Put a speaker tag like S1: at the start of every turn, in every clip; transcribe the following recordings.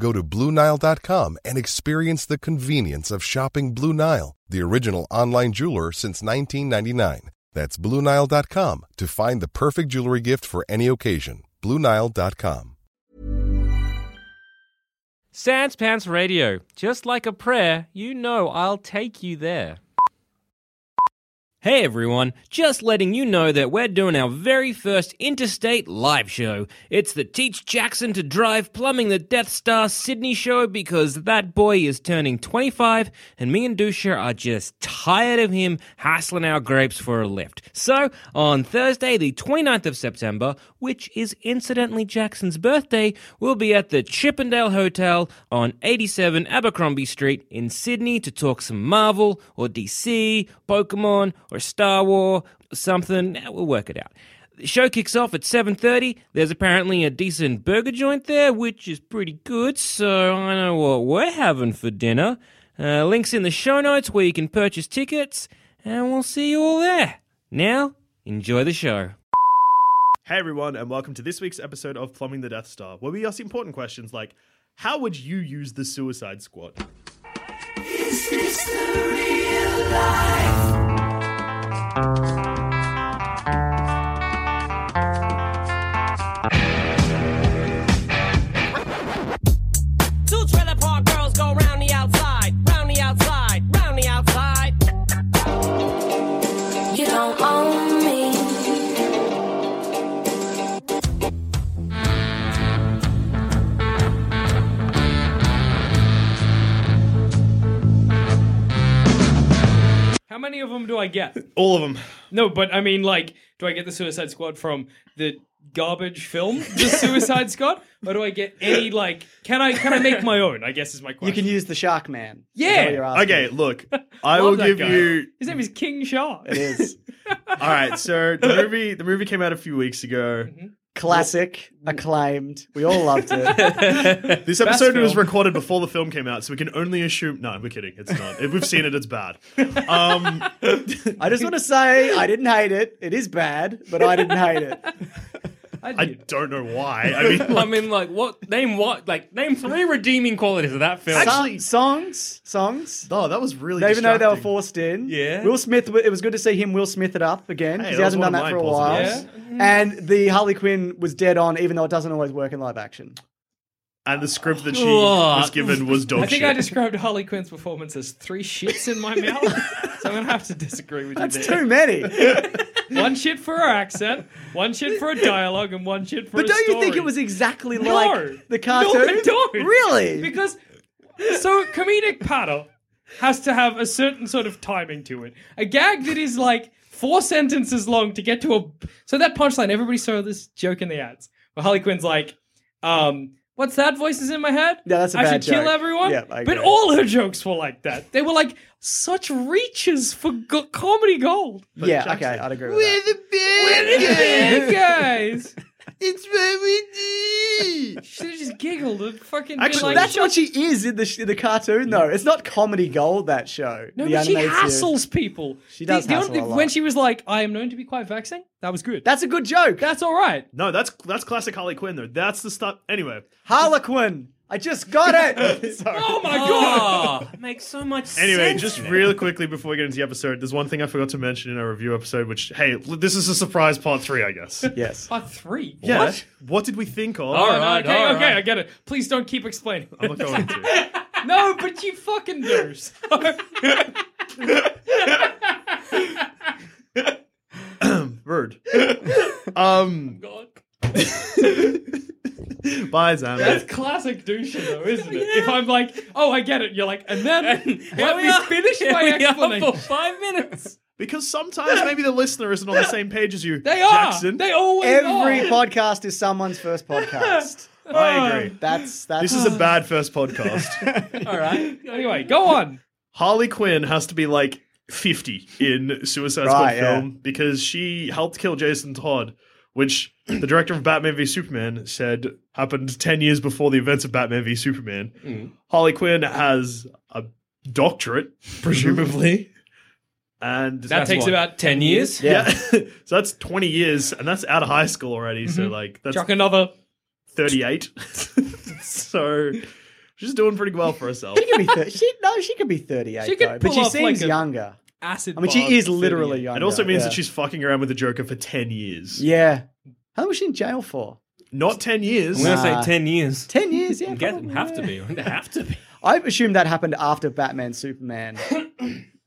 S1: Go to BlueNile.com and experience the convenience of shopping Blue Nile, the original online jeweler since 1999. That's BlueNile.com to find the perfect jewelry gift for any occasion. BlueNile.com.
S2: Sans Pants Radio. Just like a prayer, you know I'll take you there. Hey everyone, just letting you know that we're doing our very first interstate live show. It's the Teach Jackson to Drive Plumbing the Death Star Sydney show because that boy is turning 25 and me and Dusha are just tired of him hassling our grapes for a lift. So, on Thursday, the 29th of September, which is incidentally Jackson's birthday, we'll be at the Chippendale Hotel on 87 Abercrombie Street in Sydney to talk some Marvel or DC, Pokemon, or Star Wars, something. Eh, We'll work it out. The show kicks off at 7.30. There's apparently a decent burger joint there, which is pretty good, so I know what we're having for dinner. Uh, links in the show notes where you can purchase tickets, and we'll see you all there. Now, enjoy the show.
S3: Hey everyone, and welcome to this week's episode of Plumbing the Death Star, where we ask important questions like how would you use the Suicide Squad?
S4: Two trailer park girls go round the outside, round the outside, round the outside. You don't own me.
S5: How many of them do I get?
S3: All of them.
S5: No, but I mean, like, do I get the Suicide Squad from the garbage film, The Suicide Squad, or do I get any like? Can I can I make my own? I guess is my
S6: You
S5: question.
S6: can use the Shark Man. is
S5: Yeah.
S6: what you're asking.
S3: Okay, look, I
S5: Love
S3: will
S5: that
S3: give
S5: guy.
S3: you.
S5: His name is King Shark.
S6: It is
S3: All right, so the movie the movie came out a few weeks ago.
S6: classic,
S5: mm.
S6: acclaimed. We all loved it.
S3: This episode was
S5: film.
S3: recorded before the film came out, so we can only assume. No, we're kidding. It's not. If we've seen it, it's bad. Um,
S6: I just want to say I didn't hate it. It is bad, but I didn't hate it.
S3: I don't know why. I mean,
S5: I mean, like, what name? What like name three redeeming qualities of that film?
S3: Actually-
S6: Song- songs, songs.
S3: oh, that was really.
S6: Even though they were
S3: distracting.
S6: forced in,
S5: Yeah.
S6: Will Smith. It was good to see him Will Smith it up again
S3: Hey,
S6: because
S3: that
S6: he
S3: was
S6: hasn't
S3: one
S6: done
S3: of
S6: that for
S3: my
S6: a while.
S3: positives.
S6: And the Harley Quinn was dead on, even though it doesn't always work in live action.
S3: and the script that she
S5: Oh.
S3: was given was dog
S5: I think
S3: shit.
S5: I described Harley Quinn's performance as three shits in my mouth, so I'm gonna have to disagree with you
S6: That's
S5: there.
S6: too many.
S5: One shit for her accent, one shit for a dialogue, and one shit for.
S6: but
S5: a
S6: don't you think
S5: story.
S6: it was exactly
S5: No.
S6: like the
S5: No, I
S6: cartoon?
S5: don't.
S6: Really?
S5: Because so comedic patter has to have a certain sort of timing to it. A gag that is like four sentences long to get to a so that punchline. Everybody saw this joke in the ads. But Harley Quinn's like, um, "What's that? Voices in my head?
S6: Yeah, that's a
S5: I
S6: bad
S5: should kill
S6: joke.
S5: everyone."
S6: Yeah, I
S5: but
S6: agree.
S5: all her jokes were like that. They were like such reaches for go- comedy gold.
S6: yeah,
S3: Jackson-
S6: okay, I'd agree with that.
S5: Hey, guys, should have just giggled and fucking been
S3: Actually-
S5: like,
S6: That's
S5: "Shut
S6: what she is in the sh- in the cartoon, though. It's not comedy gold that show.
S5: No,
S6: the
S5: but she
S6: animated series.
S5: hassles people.
S6: She does hassle
S5: only-
S6: a lot.
S5: When she was like, "I am known to be quite vexing," that was good.
S6: That's a good joke.
S5: That's all right.
S3: No, that's that's classic Harley Quinn though. That's the stuff. Anyway,
S6: Harlequin. I just got it.
S3: sorry.
S5: Oh my god!
S2: makes so much
S3: Anyway,
S2: sense.
S3: just really quickly before we get into the episode, there's one thing I forgot to mention in our review episode, which, hey, l- this is a surprise part three, I guess.
S6: yes.
S5: Part three.
S3: Yeah.
S5: What?
S3: What did we think of?
S5: Oh,
S2: All
S5: no,
S2: right,
S5: okay,
S2: all
S5: okay,
S2: right.
S5: I get it. Please don't keep explaining.
S3: I'm not going to.
S5: no, but you fucking do.
S3: Rude. um,
S5: Oh, God.
S3: bye, Xander.
S5: That's classic douche, though, isn't it? If I'm like, oh, I get it, you're like, and then let me finish my explanation.
S2: for five minutes.
S3: Because sometimes maybe the listener isn't on the same page as you.
S5: They are.
S3: Jackson.
S5: They always
S6: Every
S5: are.
S6: podcast is someone's first podcast.
S3: I agree.
S6: That's that's
S3: This is a bad first podcast.
S2: All right.
S5: Anyway, go on.
S3: Harley Quinn has to be like 50 in Suicide Squad
S6: Right, yeah.
S3: film because she helped kill Jason Todd, which the director of Batman v Superman said happened 10 years before the events of Batman v Superman.
S6: Hmm.
S3: Harley Quinn has a doctorate, presumably. and
S2: That takes
S5: what?
S2: about 10 years.
S3: yeah. so that's 20 years, and that's out of high school already. So,
S2: Mm-hmm.
S3: like, that's
S5: Chuck another.
S3: 38. so she's doing pretty well for herself.
S6: She could be thir- she no, she could be thirty-eight.
S5: She could
S6: though,
S5: pull
S6: but she
S5: off, like,
S6: seems
S5: a-
S6: younger.
S5: Acid.
S6: I mean, she is literally younger.
S3: It also means
S6: yeah.
S3: that she's fucking around with the Joker for 10 years.
S6: yeah. How long was she in jail for?
S3: Not 10 years.
S2: I'm going to
S6: Nah.
S2: say 10 years.
S6: Ten years. Yeah,
S2: I'm guessing
S6: probably,
S2: have to
S6: yeah.
S2: be. have to be.
S6: I've assumed that happened after Batman, Superman,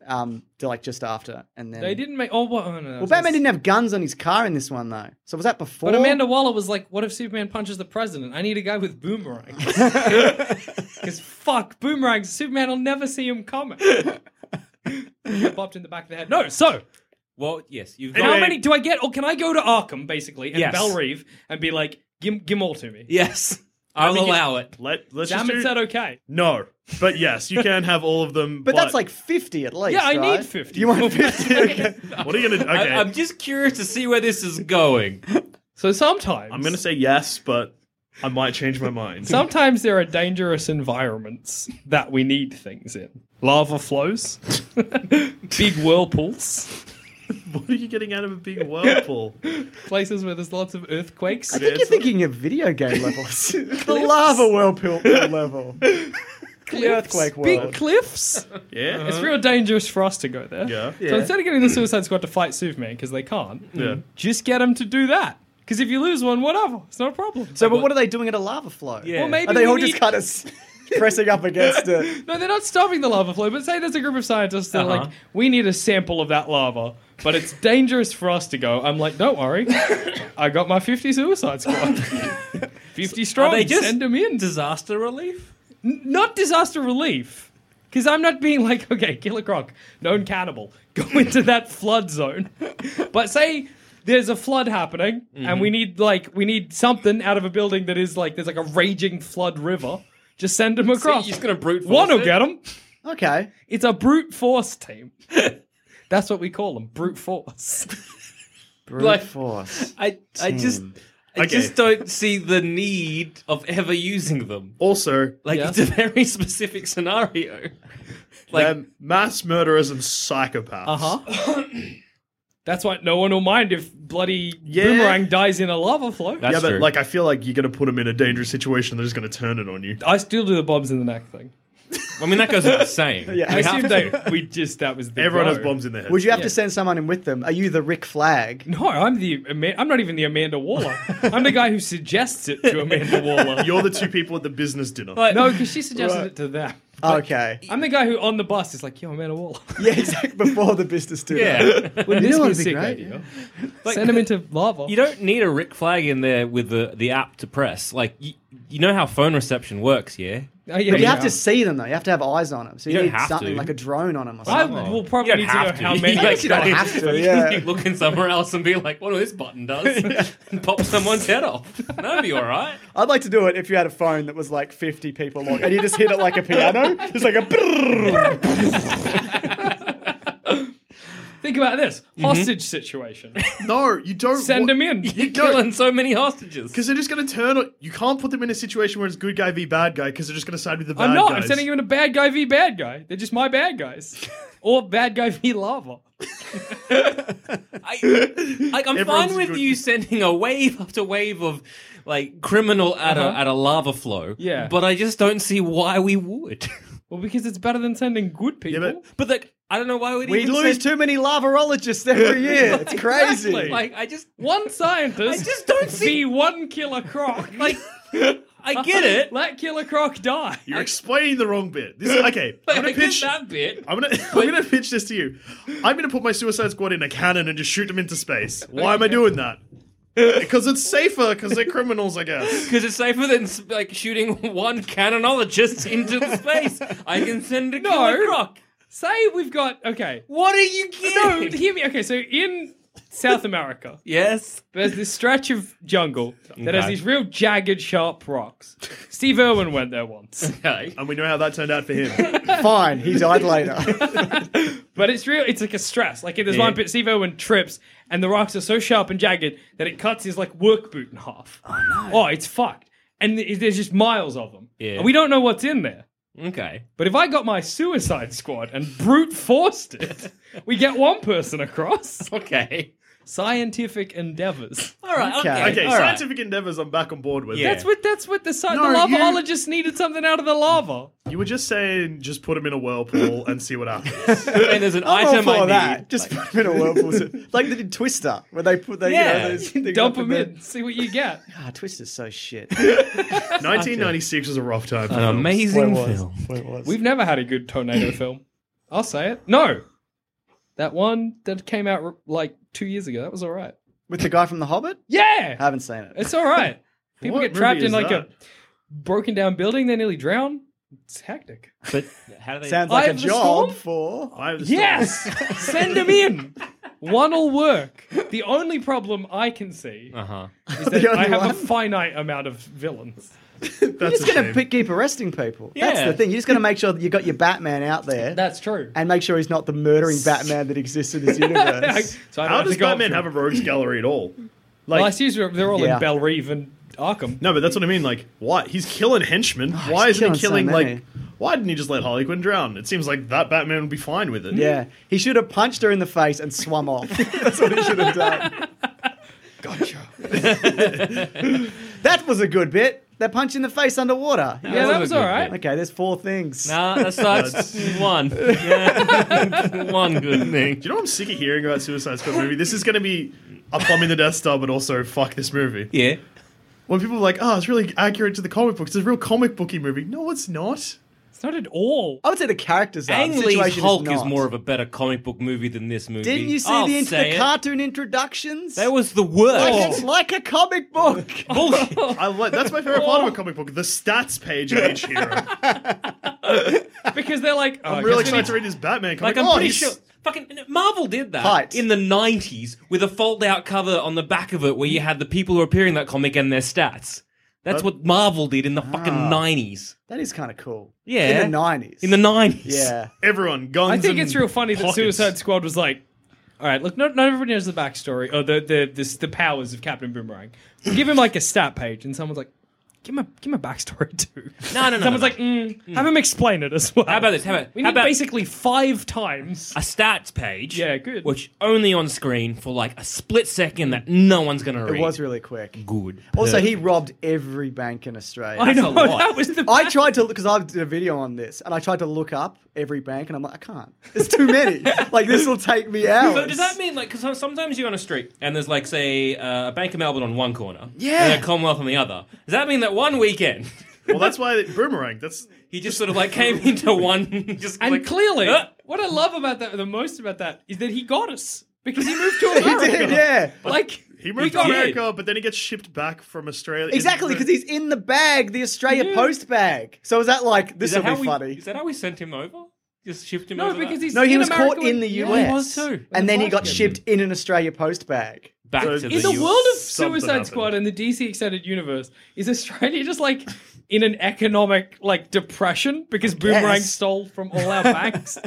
S6: um, to like just after, and then
S5: They didn't make. Oh, what? Oh, no,
S6: Well, Batman didn't have guns on his car in this one though. So was that before?
S5: But Amanda Waller was like, "What if Superman punches the president? I need a guy with boomerang." Because fuck boomerangs, Superman will never see him coming. Get bopped in the back of the head. No, so
S2: Well, yes. You've
S5: how
S2: got.
S5: many do I get? Or can I go to Arkham basically and
S2: Yes.
S5: Bell Reeve and be like, "Give, give more to me."
S2: Yes. I'll
S5: mean, you-
S2: allow it.
S3: Let, let's just
S5: Damn,
S3: do...
S5: is that okay?
S3: No. But yes, you can have all of them.
S6: But that's like fifty at least.
S5: Yeah, I
S6: right?
S5: need 50.
S6: You want fifty? okay.
S3: What are you going to... Okay.
S2: I,
S3: I,
S2: I'm just curious to see where this is going.
S5: So sometimes
S3: am going to say yes, but I might change my mind.
S5: Sometimes there are dangerous environments that we need things in. Lava flows, big whirlpools,
S3: What are you getting out of a big whirlpool?
S5: places where there's lots of earthquakes.
S6: I think you're thinking of video game levels. the lava whirlpool level. the earthquake
S5: Big
S6: world.
S5: cliffs.
S3: Yeah.
S2: Uh-huh.
S5: It's real dangerous for us to go there.
S3: Yeah.
S5: So instead of getting the Suicide Squad to fight Superman because they can't,
S3: Yeah.
S5: just get them to do that. Because if you lose one, whatever, it's not a problem.
S6: so, but what are they doing at a lava flow?
S2: Yeah.
S5: Well, maybe
S6: Are they
S5: we
S6: all
S5: need-
S6: just kind of s- pressing up against it?
S5: No, they're not stopping the lava flow, but say there's a group of scientists that are
S2: Uh-huh.
S5: like, we need a sample of that lava, but it's dangerous for us to go. I'm like, don't worry. I got my 50 suicide squad. 50 strong,
S2: Are they just
S5: send them in.
S2: Disaster relief?
S5: not disaster relief. Because I'm not being like, okay, Killer Croc, known cannibal, go into that flood zone. But say there's a flood happening,
S2: Mm-hmm.
S5: and we need like we need something out of a building that is like there's like a raging flood river. Just send them across.
S2: you're just gonna brute force
S5: One will
S2: it?
S5: get them.
S6: Okay.
S5: It's a brute force team. That's what we call them, brute force.
S6: Brute
S2: Like-
S6: force.
S2: I, I just. I
S3: Okay.
S2: just don't see the need of ever using them.
S3: Also,
S2: Like
S5: Yeah.
S2: it's a very specific scenario. Like Uh-huh.
S3: they're mass murderers and psychopaths.
S5: huh. That's why no one will mind if bloody
S3: Yeah.
S5: boomerang dies in a lava flow.
S2: That's
S3: yeah, but
S2: true.
S3: like I feel like you're gonna put them in a dangerous situation. They're just gonna turn it on you.
S5: I still do the bombs in the neck thing.
S2: I mean, that goes without saying.
S6: Yeah.
S5: I
S2: We have
S5: assume
S2: to.
S5: they we just that was the
S3: Everyone
S5: go.
S3: has bombs in their head.
S6: Would you have
S5: Yeah.
S6: to send someone in with them? Are you the Rick Flag?
S5: No, I'm the Ama- I'm not even the Amanda Waller. I'm the guy who suggests it to Amanda Waller.
S3: You're the two people at the business dinner.
S2: Like,
S5: no, because she suggested
S6: Right.
S5: it to them.
S6: Okay.
S5: I'm the guy who on the bus is like, "Yo, Amanda Waller,
S6: Yeah, exactly. Before the business dinner.
S2: yeah.
S6: know
S5: wouldn't
S6: what
S5: this be a
S6: would be
S5: sick
S6: great?
S5: idea? Send him into lava."
S2: You don't need a Rick flag in there with the, the app to press. Like, you, you know how phone reception works, yeah?
S5: Oh, yeah,
S6: But you
S5: yeah.
S6: have to see them though. You have to have eyes on them. So you,
S2: You don't
S6: need
S2: have
S6: something
S2: to.
S6: like a drone on them or
S5: I
S6: something.
S5: will
S2: You
S5: probably
S2: don't
S5: need to know
S2: have to.
S5: how many.
S2: You actually don't
S6: I
S2: have
S6: have
S2: to.
S6: to,
S2: You
S6: yeah.
S2: keep looking somewhere else and be like, what do this button does? and pop someone's head off. That'd be all right.
S6: I'd like to do it if you had a phone that was like 50 people long and you just hit it like a piano. It's like a. brrrr.
S5: Think about this hostage situation.
S3: no, you don't
S5: Send
S3: wa-
S5: him in.
S2: You're killing so many hostages.
S3: Because they're just going to turn on. You can't put them in a situation where it's good guy v bad guy because they're just going to side with the bad
S5: I'm not.
S3: guys.
S5: I'm sending him in a bad guy v bad guy. They're just my bad guys, or bad guy v lava.
S2: I, like, I'm
S3: Everyone's
S2: fine with
S3: good.
S2: you sending a wave after wave of like criminal at a at a lava flow.
S5: Yeah.
S2: but I just don't see why we would.
S5: Well, because it's better than sending good people.
S3: but-
S2: but like, I don't know why we'd
S6: We
S2: even
S6: lose
S2: send-
S6: too many lavarologists every year. It's crazy.
S2: Like, I just
S5: One scientist.
S2: I just don't see-
S5: be one killer croc.
S2: like. I get it.
S5: Let Killer Croc die.
S3: You're explaining the wrong bit. This, okay,
S2: But
S3: I'm
S2: I
S3: gonna
S2: get
S3: pitch.
S2: that bit.
S3: I'm gonna I'm gonna pitch this to you. I'm gonna put my Suicide Squad in a cannon and just shoot them into space. Why am I doing that? Because it's safer. Because they're criminals, I guess.
S2: Because it's safer than s- like shooting one canonologist into the space. I can send a Killer Croc.
S5: Say we've got okay.
S2: What are you
S5: No,
S2: kidding?
S5: hear me. Okay, so in South America,
S2: Yes.
S5: there's this stretch of jungle that has
S2: Okay.
S5: these real jagged, sharp rocks. Steve Irwin went there once,
S2: Okay.
S3: And we know how that turned out for him.
S6: Fine, he died later.
S5: but it's real. It's like a stress. Like there's one bit Steve Irwin trips, and the rocks are so sharp and jagged that it cuts his like work boot in half. Oh no! Oh, it's fucked. And th- there's just miles of them.
S2: Yeah.
S5: And we don't know what's in there.
S2: Okay.
S5: But if I got my Suicide Squad and brute forced it, we get one person across.
S2: Okay.
S5: Scientific endeavors.
S2: All right. Okay.
S6: Okay.
S3: Okay,
S2: all right.
S3: scientific endeavors. I'm back on board with.
S2: Yeah.
S5: That's what that's what the sci-
S6: No,
S5: the
S6: you-
S5: lavaologists needed something out of the lava.
S3: You were just saying, just put them in a whirlpool and see what happens.
S2: And there's an
S6: I'm all
S2: item I
S6: for
S2: need.
S6: that. Just put them in a whirlpool. like they did Twister, where they put they
S2: Yeah.
S6: you know, those things
S5: Dump
S6: up in
S5: them
S6: there.
S5: in, see what you get.
S6: Ah, Twister's so shit.
S3: 1996 was a rough time. For
S2: An
S3: films.
S2: amazing
S6: Where it was.
S2: film.
S6: Where it was.
S5: We've never had a good tornado film. I'll say it. No, that one that came out r- like two years ago. That was all right.
S6: With the guy from The Hobbit?
S5: Yeah,
S6: Haven't seen it.
S5: it's all right. People
S3: What
S5: get trapped
S3: movie
S5: in
S3: is
S5: like
S3: that?
S5: a broken down building. They nearly drown. It's hectic.
S2: But how do they?
S6: Sounds
S5: Eye
S6: like a
S5: of the
S6: job
S5: Storm?
S6: for.
S3: I was
S5: Yes, send them in. One'll work. The only problem I can see
S2: uh huh.
S5: is that I
S6: only
S5: have a
S6: one?
S5: finite amount of villains.
S6: You're
S3: That's
S6: just
S3: a
S6: going
S3: shame.
S6: to keep arresting people. That's
S2: Yeah.
S6: the thing. You're just going to make sure that you got your Batman out there
S5: That's true.
S6: and make sure he's not the murdering Batman that exists in this universe.
S5: So I don't
S3: How
S5: have
S3: does
S5: to go up
S3: Batman
S5: to
S3: have a
S5: them.
S3: rogues gallery at all?
S5: Well, I
S3: Like,
S5: see they're all
S6: Yeah.
S5: in Bell Reeve and Arkham.
S3: no, but that's what I mean. Like, why he's killing henchmen? why
S6: he's
S3: isn't he
S6: killing
S3: killing
S6: so many.
S3: like? Why didn't he just let Harley Quinn drown? It seems like that Batman would be fine with it.
S6: yeah. He should have punched her in the face and swum off. That's what he should have done.
S5: Gotcha.
S6: That was a good bit. That punch in the face underwater.
S5: Yeah, that
S2: That
S5: was
S2: was a
S5: all
S2: good
S5: right.
S6: Okay, there's four things.
S2: Nah, Uh, that sucks. one. Yeah. one good thing.
S3: Do you know what I'm sick of hearing about Suicide Squad movie? This is going to be a plumbing the Death Star, but also fuck this movie.
S2: Yeah.
S3: When people are like, oh, it's really accurate to the comic books. It's a real comic booky movie. No, it's not.
S5: It's not at all.
S6: I would say the characters are.
S2: Ang
S6: The
S2: Lee's
S6: situation
S2: Hulk
S6: is,
S2: is, more of a better comic book movie than this movie.
S6: Didn't you see
S2: I'll
S6: the, int- the
S2: say it.
S6: cartoon introductions?
S2: That was the
S6: like,
S2: worst.
S6: it's like a comic book.
S2: Bullshit.
S3: I like that's my favorite part of a comic book: the stats page of each hero.
S5: Because they're like, oh,
S3: I'm really
S5: guess we
S3: excited to read this Batman comic.
S2: Like I'm
S3: Oh,
S2: pretty
S3: he's-
S2: sure fucking Marvel did that
S6: Height.
S2: in the '90s with a fold-out cover on the back of it, where you had the people who are appearing in that comic and their stats. That's what Marvel did in the fucking '90s.
S6: That is kind of cool.
S2: Yeah.
S6: In the 90s.
S2: In the '90s,
S6: Yeah.
S3: Everyone guns.
S5: I think
S3: and
S5: it's real funny that
S3: pockets.
S5: Suicide Squad was like, all right, look, not, not everybody knows the backstory or the the this, the powers of Captain Boomerang. So give him like a stat page, and someone's like, give him a give him a backstory too.
S2: No, no, no.
S5: Someone's
S2: no,
S5: like, mm, have him explain it as well.
S2: How about this? How about-
S5: we
S2: how
S5: need
S2: about-
S5: basically five times?
S2: a stats page.
S5: Yeah, good.
S2: Which only on screen for like a split second that no one's gonna read.
S6: It was really quick.
S2: good.
S6: Also, he robbed every bank in Australia.
S5: I
S2: that's a
S5: know
S2: lot.
S5: that was the.
S6: I tried to because I did a video on this, and I tried to look up every bank, and I'm like, I can't. It's too many. like this will take me hours.
S2: So does that mean like because sometimes you're on a street and there's like say uh, a Bank of Melbourne on one corner,
S6: Yeah.
S2: and a Commonwealth on the other? Does that mean that one weekend
S3: Well, that's why boomerang. That's
S2: he just sort of like came into one just
S5: and
S2: like, uh.
S5: clearly,
S2: "Huh?"
S5: what I love about that the most about that is that he got us because he moved to
S6: He
S5: America.
S6: did, yeah.
S5: Like
S3: he moved to
S2: did.
S3: America, but then he gets shipped back from Australia.
S6: Exactly, because he's in the bag, the Australia
S5: Yeah.
S6: Post bag. So is that like this
S2: Is that
S6: will
S2: how
S6: be
S2: we,
S6: funny?
S2: Is that how we sent him over? Just shipped him
S5: No,
S2: over?
S5: because
S2: that?
S5: he's
S6: no, he
S5: in
S6: was
S5: America
S6: caught in
S5: and-
S6: the
S5: Yeah,
S6: US,
S5: he was too.
S6: and then he got
S5: Fucking-
S6: shipped in an Australia Post bag.
S2: back to
S3: So-
S2: the
S5: in the
S3: you-
S2: US.
S5: world of
S3: something
S5: Suicide Squad and
S3: happened.
S5: the DC extended universe, is Australia just like in an economic like depression because Boomerang
S6: Yes.
S5: stole from all our banks?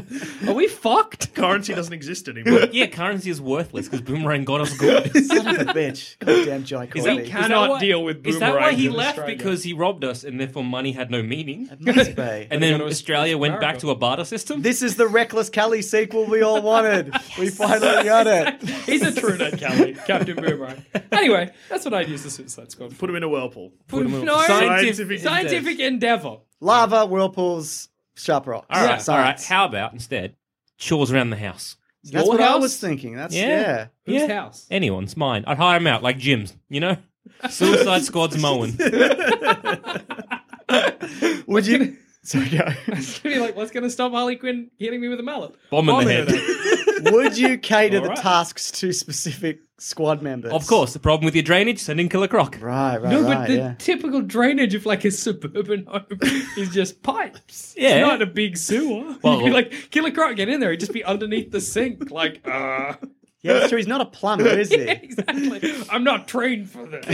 S5: Are we fucked?
S3: currency doesn't exist anymore.
S2: Yeah, currency is worthless because Boomerang got us good. Is
S6: Son of a bitch! Goddamn Jai Courtney.
S5: cannot
S2: that why-
S5: deal with
S2: Is that why
S5: Boomerang
S2: he
S5: in
S2: left?
S5: Australia.
S2: Because he robbed us and therefore money had no meaning?
S6: Must be.
S2: And then
S5: go to Aus-
S2: Australia went back
S5: America.
S2: to a barter system?
S6: This is the Reckless Kelly sequel we all wanted. We finally got it.
S5: He's a true nut, Cali, Captain Boomerang. Anyway, that's what I'd use the Suicide Squad for.
S3: Put him in a whirlpool.
S5: no,
S3: Scientific-
S5: scientific, endeavor.
S6: Lava, whirlpools, sharp rocks.
S2: All right, all right.
S6: Science.
S2: How about instead chores around the house?
S6: That's
S5: Your
S6: what I
S5: house?
S6: was thinking. That's
S2: Yeah.
S6: yeah.
S5: Whose
S2: Yeah.
S5: house?
S2: Anyone's mine. I'd hire him out like Jim's, you know? Suicide Squad's mowing.
S6: Would you? Sorry, go.
S5: Be like, what's going to stop Harley Quinn hitting me with a mallet?
S2: Bomb in the head.
S5: at her.
S6: Would you cater the
S5: Alright.
S6: tasks to specific squad members?
S2: Of course, the problem with your drainage, sending Killer Croc.
S6: Right, right,
S5: No,
S6: right.
S5: but the
S6: yeah.
S5: typical drainage of like a suburban home is just pipes.
S2: Yeah.
S5: It's not a big sewer.
S2: Well-
S5: You'd be like, Killer Croc, get in there. He'd just be underneath the sink. Like, uh.
S6: yeah, that's true. He's not a plumber, is he?
S5: exactly. I'm not trained for this.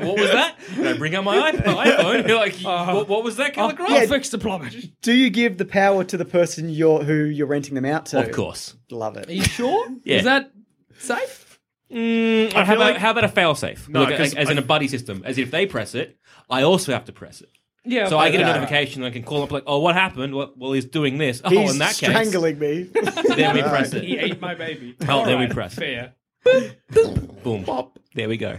S2: what was that? No, bring out my iP- my iPhone. You're like,
S5: Uh,
S2: what, what was that, Killer
S5: I'll,
S2: Croc?
S5: I'll fix the plumbing.
S6: Do you give the power to the person you're who you're renting them out to?
S2: Of course.
S6: Love
S5: Are you
S6: it.
S5: sure?
S2: Yeah.
S5: Is that safe?
S2: Mm, how,
S3: feel
S2: about,
S3: like-
S2: how about a failsafe?
S3: No,
S2: Look,
S3: 'cause
S2: as, as in a buddy system. As if they press it, I also have to press it.
S5: Yeah.
S2: So I
S5: okay.
S2: get a notification and I can call up like, oh, what happened? Well, well he's doing this. Oh,
S6: He's
S2: in that
S6: strangling me.
S2: case, then we press
S5: He
S2: it.
S5: ate my baby.
S2: Oh, there we
S5: Alright,
S2: press it.
S5: Fair.
S2: Boom. There we go.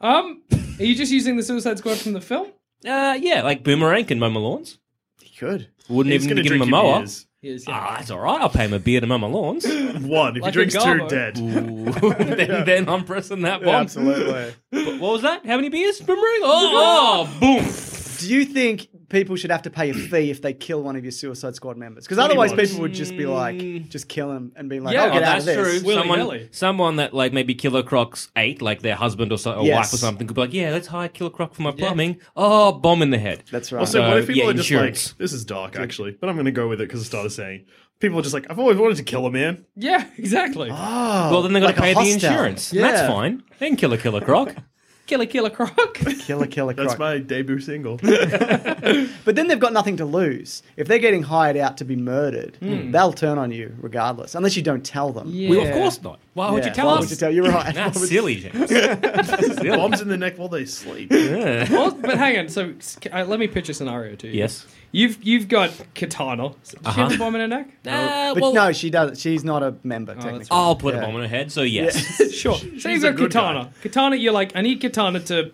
S5: Um, are you just using the Suicide Squad from the film?
S2: Uh, yeah, like Boomerang can mow my lawns.
S6: he could.
S2: Wouldn't
S3: He's
S2: even
S3: gonna
S2: give him
S3: drink
S2: a
S3: your
S2: mower.
S3: beers.
S5: Yes.
S2: Ah, that's all right. I'll pay him a beer to mow my lawns. Ooh.
S3: One. If
S5: Like a
S3: he drinks two,
S5: garbo.
S3: dead.
S2: Mm. then, then I'm pressing that bomb.
S6: Absolutely.
S2: What was that? How many beers? Boomerang? Oh, oh boom.
S6: Do you think people should have to pay a fee if they kill one of your Suicide Squad members? Because otherwise,
S3: bucks.
S6: people would just be like, just kill him and be like,
S5: Yeah,
S6: I'll get
S5: oh,
S6: out of
S5: that's
S6: this.
S5: true. Willy
S2: someone,
S5: nilly.
S2: someone that like maybe Killer Croc's ate, like their husband or, so, or
S6: Yes.
S2: wife or something, could be like, yeah, let's hire Killer Croc for my plumbing. Oh, bomb in the head.
S6: That's right.
S3: Also, what if
S2: So,
S3: people
S2: yeah,
S3: are just
S2: insurance.
S3: like, this is dark, actually, but I'm going to go with it because I started saying, people are just like, I've always wanted to kill a man.
S5: Yeah, exactly.
S2: Ah. well, then they got to
S6: oh, like
S2: pay
S6: a
S2: the
S6: hostile.
S2: insurance. And That's
S6: Yeah.
S2: fine. Then Killer Killer Croc.
S5: Killer, killer croc.
S6: killer, killer,
S3: That's
S6: croc.
S3: my debut single.
S6: But then they've got nothing to lose. If they're getting hired out to be murdered, they'll turn on you regardless, unless you don't tell them.
S5: Hmm. yeah.
S2: Well, of course not. Why would
S6: Yeah,
S2: you tell
S6: why
S2: us?
S6: Would you tell? You're right.
S2: That's
S6: Why would-
S2: silly. James.
S3: Bombs in the neck while they sleep.
S5: Well, but hang on. So uh, let me pitch a scenario to you.
S2: yes. Uh-huh.
S5: You've you've got Katana. Does She have a bomb in her neck.
S2: Uh,
S6: But no, she doesn't. She's not a member technically.
S5: Oh, that's
S2: I'll put a
S6: Yeah.
S2: bomb on her head. So yes.
S5: Sure. so you've got
S3: good
S5: Katana. Katana, you're like, I need Katana to,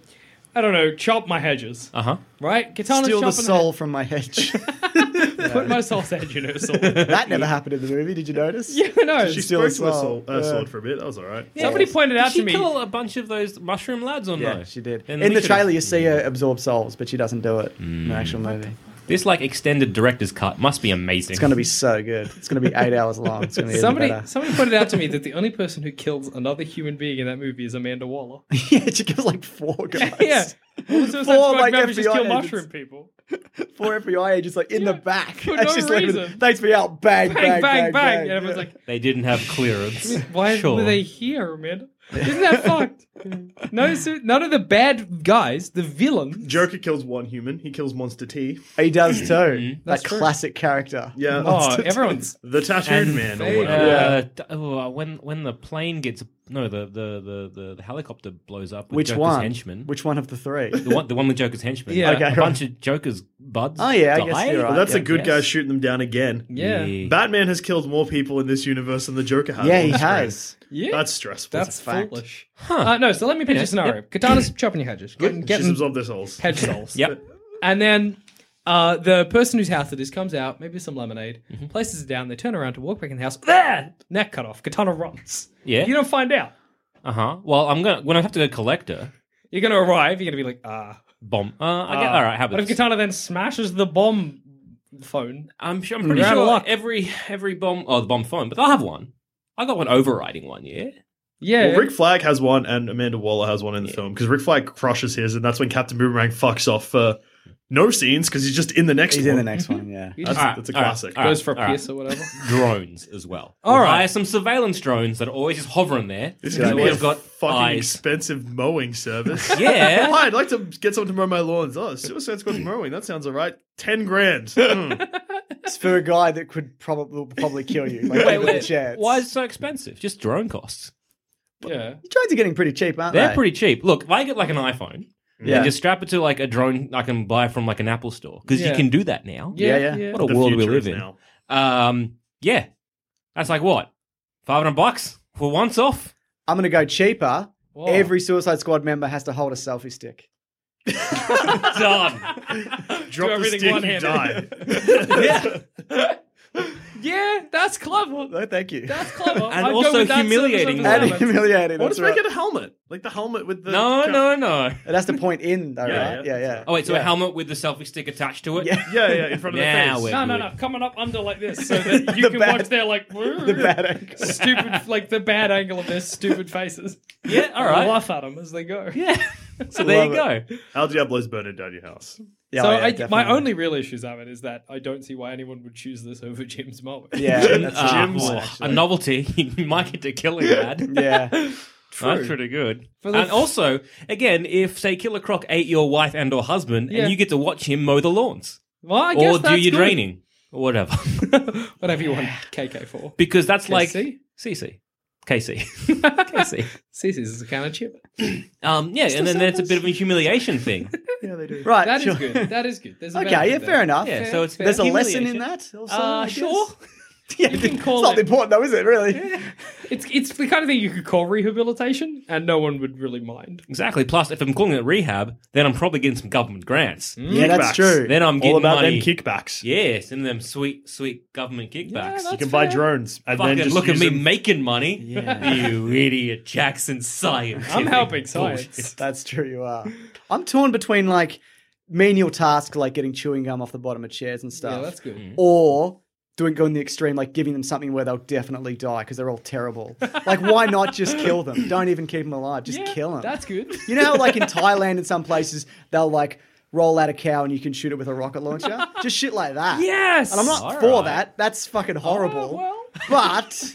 S5: I don't know, chop my hedges.
S2: Uh huh.
S5: Right? Katana
S6: Steal
S5: chopping
S6: the soul from my hedge.
S5: Put my soul's hedge in her soul. yeah,
S6: that never happened in the movie. Did you notice?
S5: I know.
S3: She
S6: Steal
S3: spoke
S6: a
S3: to her
S6: soul.
S3: soul, uh,
S6: Yeah.
S3: sword for a bit. That was all right.
S5: Somebody pointed out
S2: Did she
S5: to me.
S2: kill a bunch of those mushroom lads or
S6: Yeah,
S2: no?
S6: she did.
S2: Then
S6: in
S2: we
S6: the
S2: should've-
S6: trailer, you see her absorb souls, but she doesn't do it in the actual
S2: Mm.
S6: movie.
S2: This like extended director's cut must be amazing.
S6: It's going to be so good. It's going to be eight hours long. It's going to be
S5: Somebody,
S6: Even better.
S5: somebody pointed out to me that the only person who kills another human being in that movie is Amanda Waller.
S6: yeah, she kills like four guys.
S5: yeah, all the Suicide
S6: Four,
S5: Squad
S6: like,
S5: members just
S6: FBI
S5: kill
S6: agents.
S5: mushroom people.
S6: Four FBI agents like in the back.
S5: for
S6: and
S5: no
S6: she's like,
S5: reason.
S6: Thanks for your help. Bang,
S5: Bang,
S6: bang,
S5: bang, bang!
S6: bang,
S5: And everyone's like,
S2: They didn't have clearance.
S5: Why
S2: sure.
S5: were they here, man? Isn't that fucked? No, so none of the bad guys, the villain.
S3: Joker kills one human. He kills Monster T.
S6: He does too.
S2: Mm-hmm.
S6: that
S5: true.
S6: classic character.
S3: Yeah.
S5: Oh, everyone's
S3: The tattooed man or whatever.
S2: Uh, d- oh, when when the plane gets no the the the, the, the helicopter blows up. With
S6: Which
S2: Joker's
S6: one?
S2: Henchman.
S6: Which one of the three?
S2: the one the one with Joker's henchman.
S5: Yeah. Okay,
S2: a
S6: right.
S2: bunch of Joker's buds.
S6: Oh, yeah, I
S2: die.
S6: guess you're right.
S3: Well, that's
S6: Yeah,
S3: a good
S2: yes.
S3: guy shooting them down again.
S5: yeah, yeah.
S3: Batman has killed more people in this universe than the Joker has.
S6: yeah,
S3: on
S6: he
S3: the screen.
S6: has.
S3: That's stressful.
S5: That's
S6: fact.
S5: foolish. Uh, no, so let me pitch a scenario. Katana's chopping your hedges. Get,
S3: She's
S5: getting
S3: absorbed their souls.
S5: hedge souls.
S2: Yep.
S5: And then uh, the person whose house it is comes out, maybe some lemonade,
S2: Mm-hmm.
S5: places it down, they turn around to walk back in the house. There! Neck cut off. Katana runs.
S2: Yeah.
S5: You don't find out.
S2: Uh huh. Well, I'm gonna when I have to go collect her.
S5: You're going to arrive, you're going to be like, ah.
S2: Bomb. Uh, I
S6: Ah.
S2: get, all right. How
S5: But
S2: about
S5: if
S2: this?
S5: Katana then smashes the bomb phone,
S2: I'm sure. I'm pretty
S5: You're out of
S2: sure
S5: luck.
S2: every every bomb. Oh, the bomb phone. But I have one. I got one overriding one. Yeah.
S5: yeah.
S3: Well, Rick Flag has one, and Amanda Waller has one in the film because Rick Flag crushes his, and that's when Captain Boomerang fucks off for no scenes because he's just in the next
S6: He's
S3: one.
S6: in the next one. Yeah.
S5: he
S3: That's,
S5: just
S2: All right,
S3: that's a
S2: all right,
S3: classic.
S2: all right.
S5: goes for a
S2: all right.
S5: piss or whatever.
S2: drones as well.
S5: All
S2: We'll
S5: right.
S2: Hire some surveillance drones that are always just hovering there.
S3: This is
S2: They've
S3: gonna be a
S2: always got
S3: fucking
S2: eyes.
S3: expensive mowing service.
S2: Yeah.
S3: Hi, I'd like to get someone to mow my lawns. Oh, Suicide Squad mowing. That sounds all right. Ten grand. Hmm.
S6: It's for a guy that could probably probably kill you. Like,
S2: Wait,
S6: wait,
S2: wait,
S6: chance.
S2: why is it so expensive? Just drone costs.
S5: yeah.
S6: drones are getting pretty cheap, aren't
S2: They're
S6: they?
S2: pretty cheap. Look, if I get like an iPhone
S6: Yeah.
S2: and just strap it to like a drone I can buy from like an Apple store because
S5: Yeah.
S2: you can do that now.
S6: Yeah, yeah.
S2: What a
S3: The
S2: world we
S3: future
S2: live
S3: is
S2: in.
S3: now.
S2: Um, yeah. That's like what? 500 bucks for once off?
S6: I'm going to go cheaper.
S5: Whoa.
S6: Every Suicide Squad member has to hold a selfie stick.
S2: Done.
S3: Drop the
S5: everything
S3: stick, you
S5: one-handed.
S3: die.
S2: yeah.
S5: Yeah, that's clever.
S6: No, thank you.
S5: That's clever.
S2: And
S5: I'd
S2: also
S5: go with that
S2: humiliating
S6: And
S5: service over the lemon.
S6: humiliating.
S3: What
S6: that's
S3: is make
S6: right.
S3: it a helmet? Like the helmet with the
S2: No, no, no.
S6: It has to point in, though,
S3: Yeah,
S6: right?
S3: yeah,
S6: Yeah, yeah.
S2: Oh wait, so a helmet with the selfie stick attached to it.
S6: Yeah.
S3: Yeah, yeah, in front of
S2: Now
S3: the
S2: we're
S3: face.
S5: No, no, no. Coming up under like this, so that you
S6: The
S5: can
S6: bad-
S5: watch their like the
S6: The bad angle.
S5: stupid, like the bad angle of their stupid faces.
S2: Yeah, all right.
S5: Laugh at them as they go.
S2: Yeah. so there you
S6: Love
S2: go.
S3: Al Diablo's burning down your house.
S6: Yeah,
S5: so
S6: oh, yeah,
S5: I, my
S6: definitely.
S5: only real issues of it is that I don't see why anyone would choose this over Jim's mullet.
S6: Yeah, that's
S2: Uh,
S6: Jim's
S2: well,
S6: actually.
S2: a novelty. you might get to kill him, lad.
S6: Yeah.
S2: That's pretty good.
S5: the
S2: and
S5: f-
S2: also, again, if say Killer Croc ate your wife and or husband,
S5: Yeah.
S2: and you get to watch him mow the lawns
S5: Well, I guess
S2: or do
S5: that's
S2: your
S5: good.
S2: draining or whatever,
S5: Whatever you want KK for.
S2: because that's like
S5: KC?
S2: CC, KC, KC.
S5: Cece's is a can of chip.
S2: Um, yeah, and then that's a bit of a humiliation thing.
S6: Right.
S5: That is
S6: Uh, sure.
S5: good. That is good. There's a
S6: Okay,
S5: benefit
S6: yeah,
S5: there.
S6: fair enough.
S2: Yeah, so it's
S6: There's a lesson
S2: humiliation.
S6: in that. Also,
S2: Uh,
S6: I guess.
S2: sure.
S6: Yeah,
S5: Ah, You can call
S6: it's not
S5: it-
S6: important, though, is it? Really?
S5: It's it's the kind of thing you could call rehabilitation, and no one would really mind.
S2: Exactly. Plus, if I'm calling it rehab, then I'm probably getting some government grants.
S5: Mm.
S6: Yeah, that's
S3: Kickbacks.
S6: true.
S2: Then I'm getting
S3: All about
S2: money.
S3: them kickbacks.
S2: yes, and them sweet, sweet government kickbacks.
S3: You
S5: that's
S3: can buy
S5: fair.
S3: drones and
S2: Fucking
S3: then just
S2: look at
S3: use
S2: me
S3: them-
S2: making money. You idiot, Jackson science.
S5: I'm helping science.
S6: That's true. You are. I'm torn between like menial tasks, like getting chewing gum off the bottom of chairs and stuff. Mm.
S5: Yeah, that's good.
S6: Or doing going the extreme, like giving them something where they'll definitely die because they're all terrible. like, why not just kill them? Don't even keep them alive. Just
S5: Yeah,
S6: kill them.
S5: That's good.
S6: You know, how, like in Thailand, in some places, they'll like roll out a cow and you can shoot it with a rocket launcher. just shit like that.
S5: Yes.
S6: And I'm not
S2: All
S6: for
S2: right.
S6: that. That's fucking horrible.
S5: well.
S6: But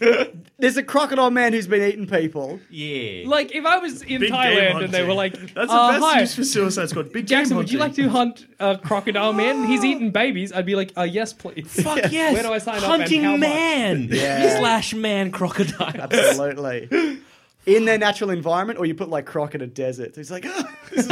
S6: there's a crocodile man who's been eating people.
S2: Yeah.
S5: Like if I was in
S3: Big game
S5: Thailand and
S3: hunting.
S5: they were like,
S3: "That's
S5: uh,
S2: "Oh,
S3: the best
S5: hi,
S3: use for Suicide Squad." Big
S5: Jackson,
S3: game
S5: would you like
S3: hunting."
S5: to hunt a crocodile man? He's eating babies. I'd be like, uh, yes, please.
S2: Fuck yes.
S5: Where do I sign up and
S2: Hunting
S5: how much?
S2: man
S6: Yeah.
S2: slash man crocodile.
S6: Absolutely. In their natural environment, or you put like croc in a desert. He's like, oh, this is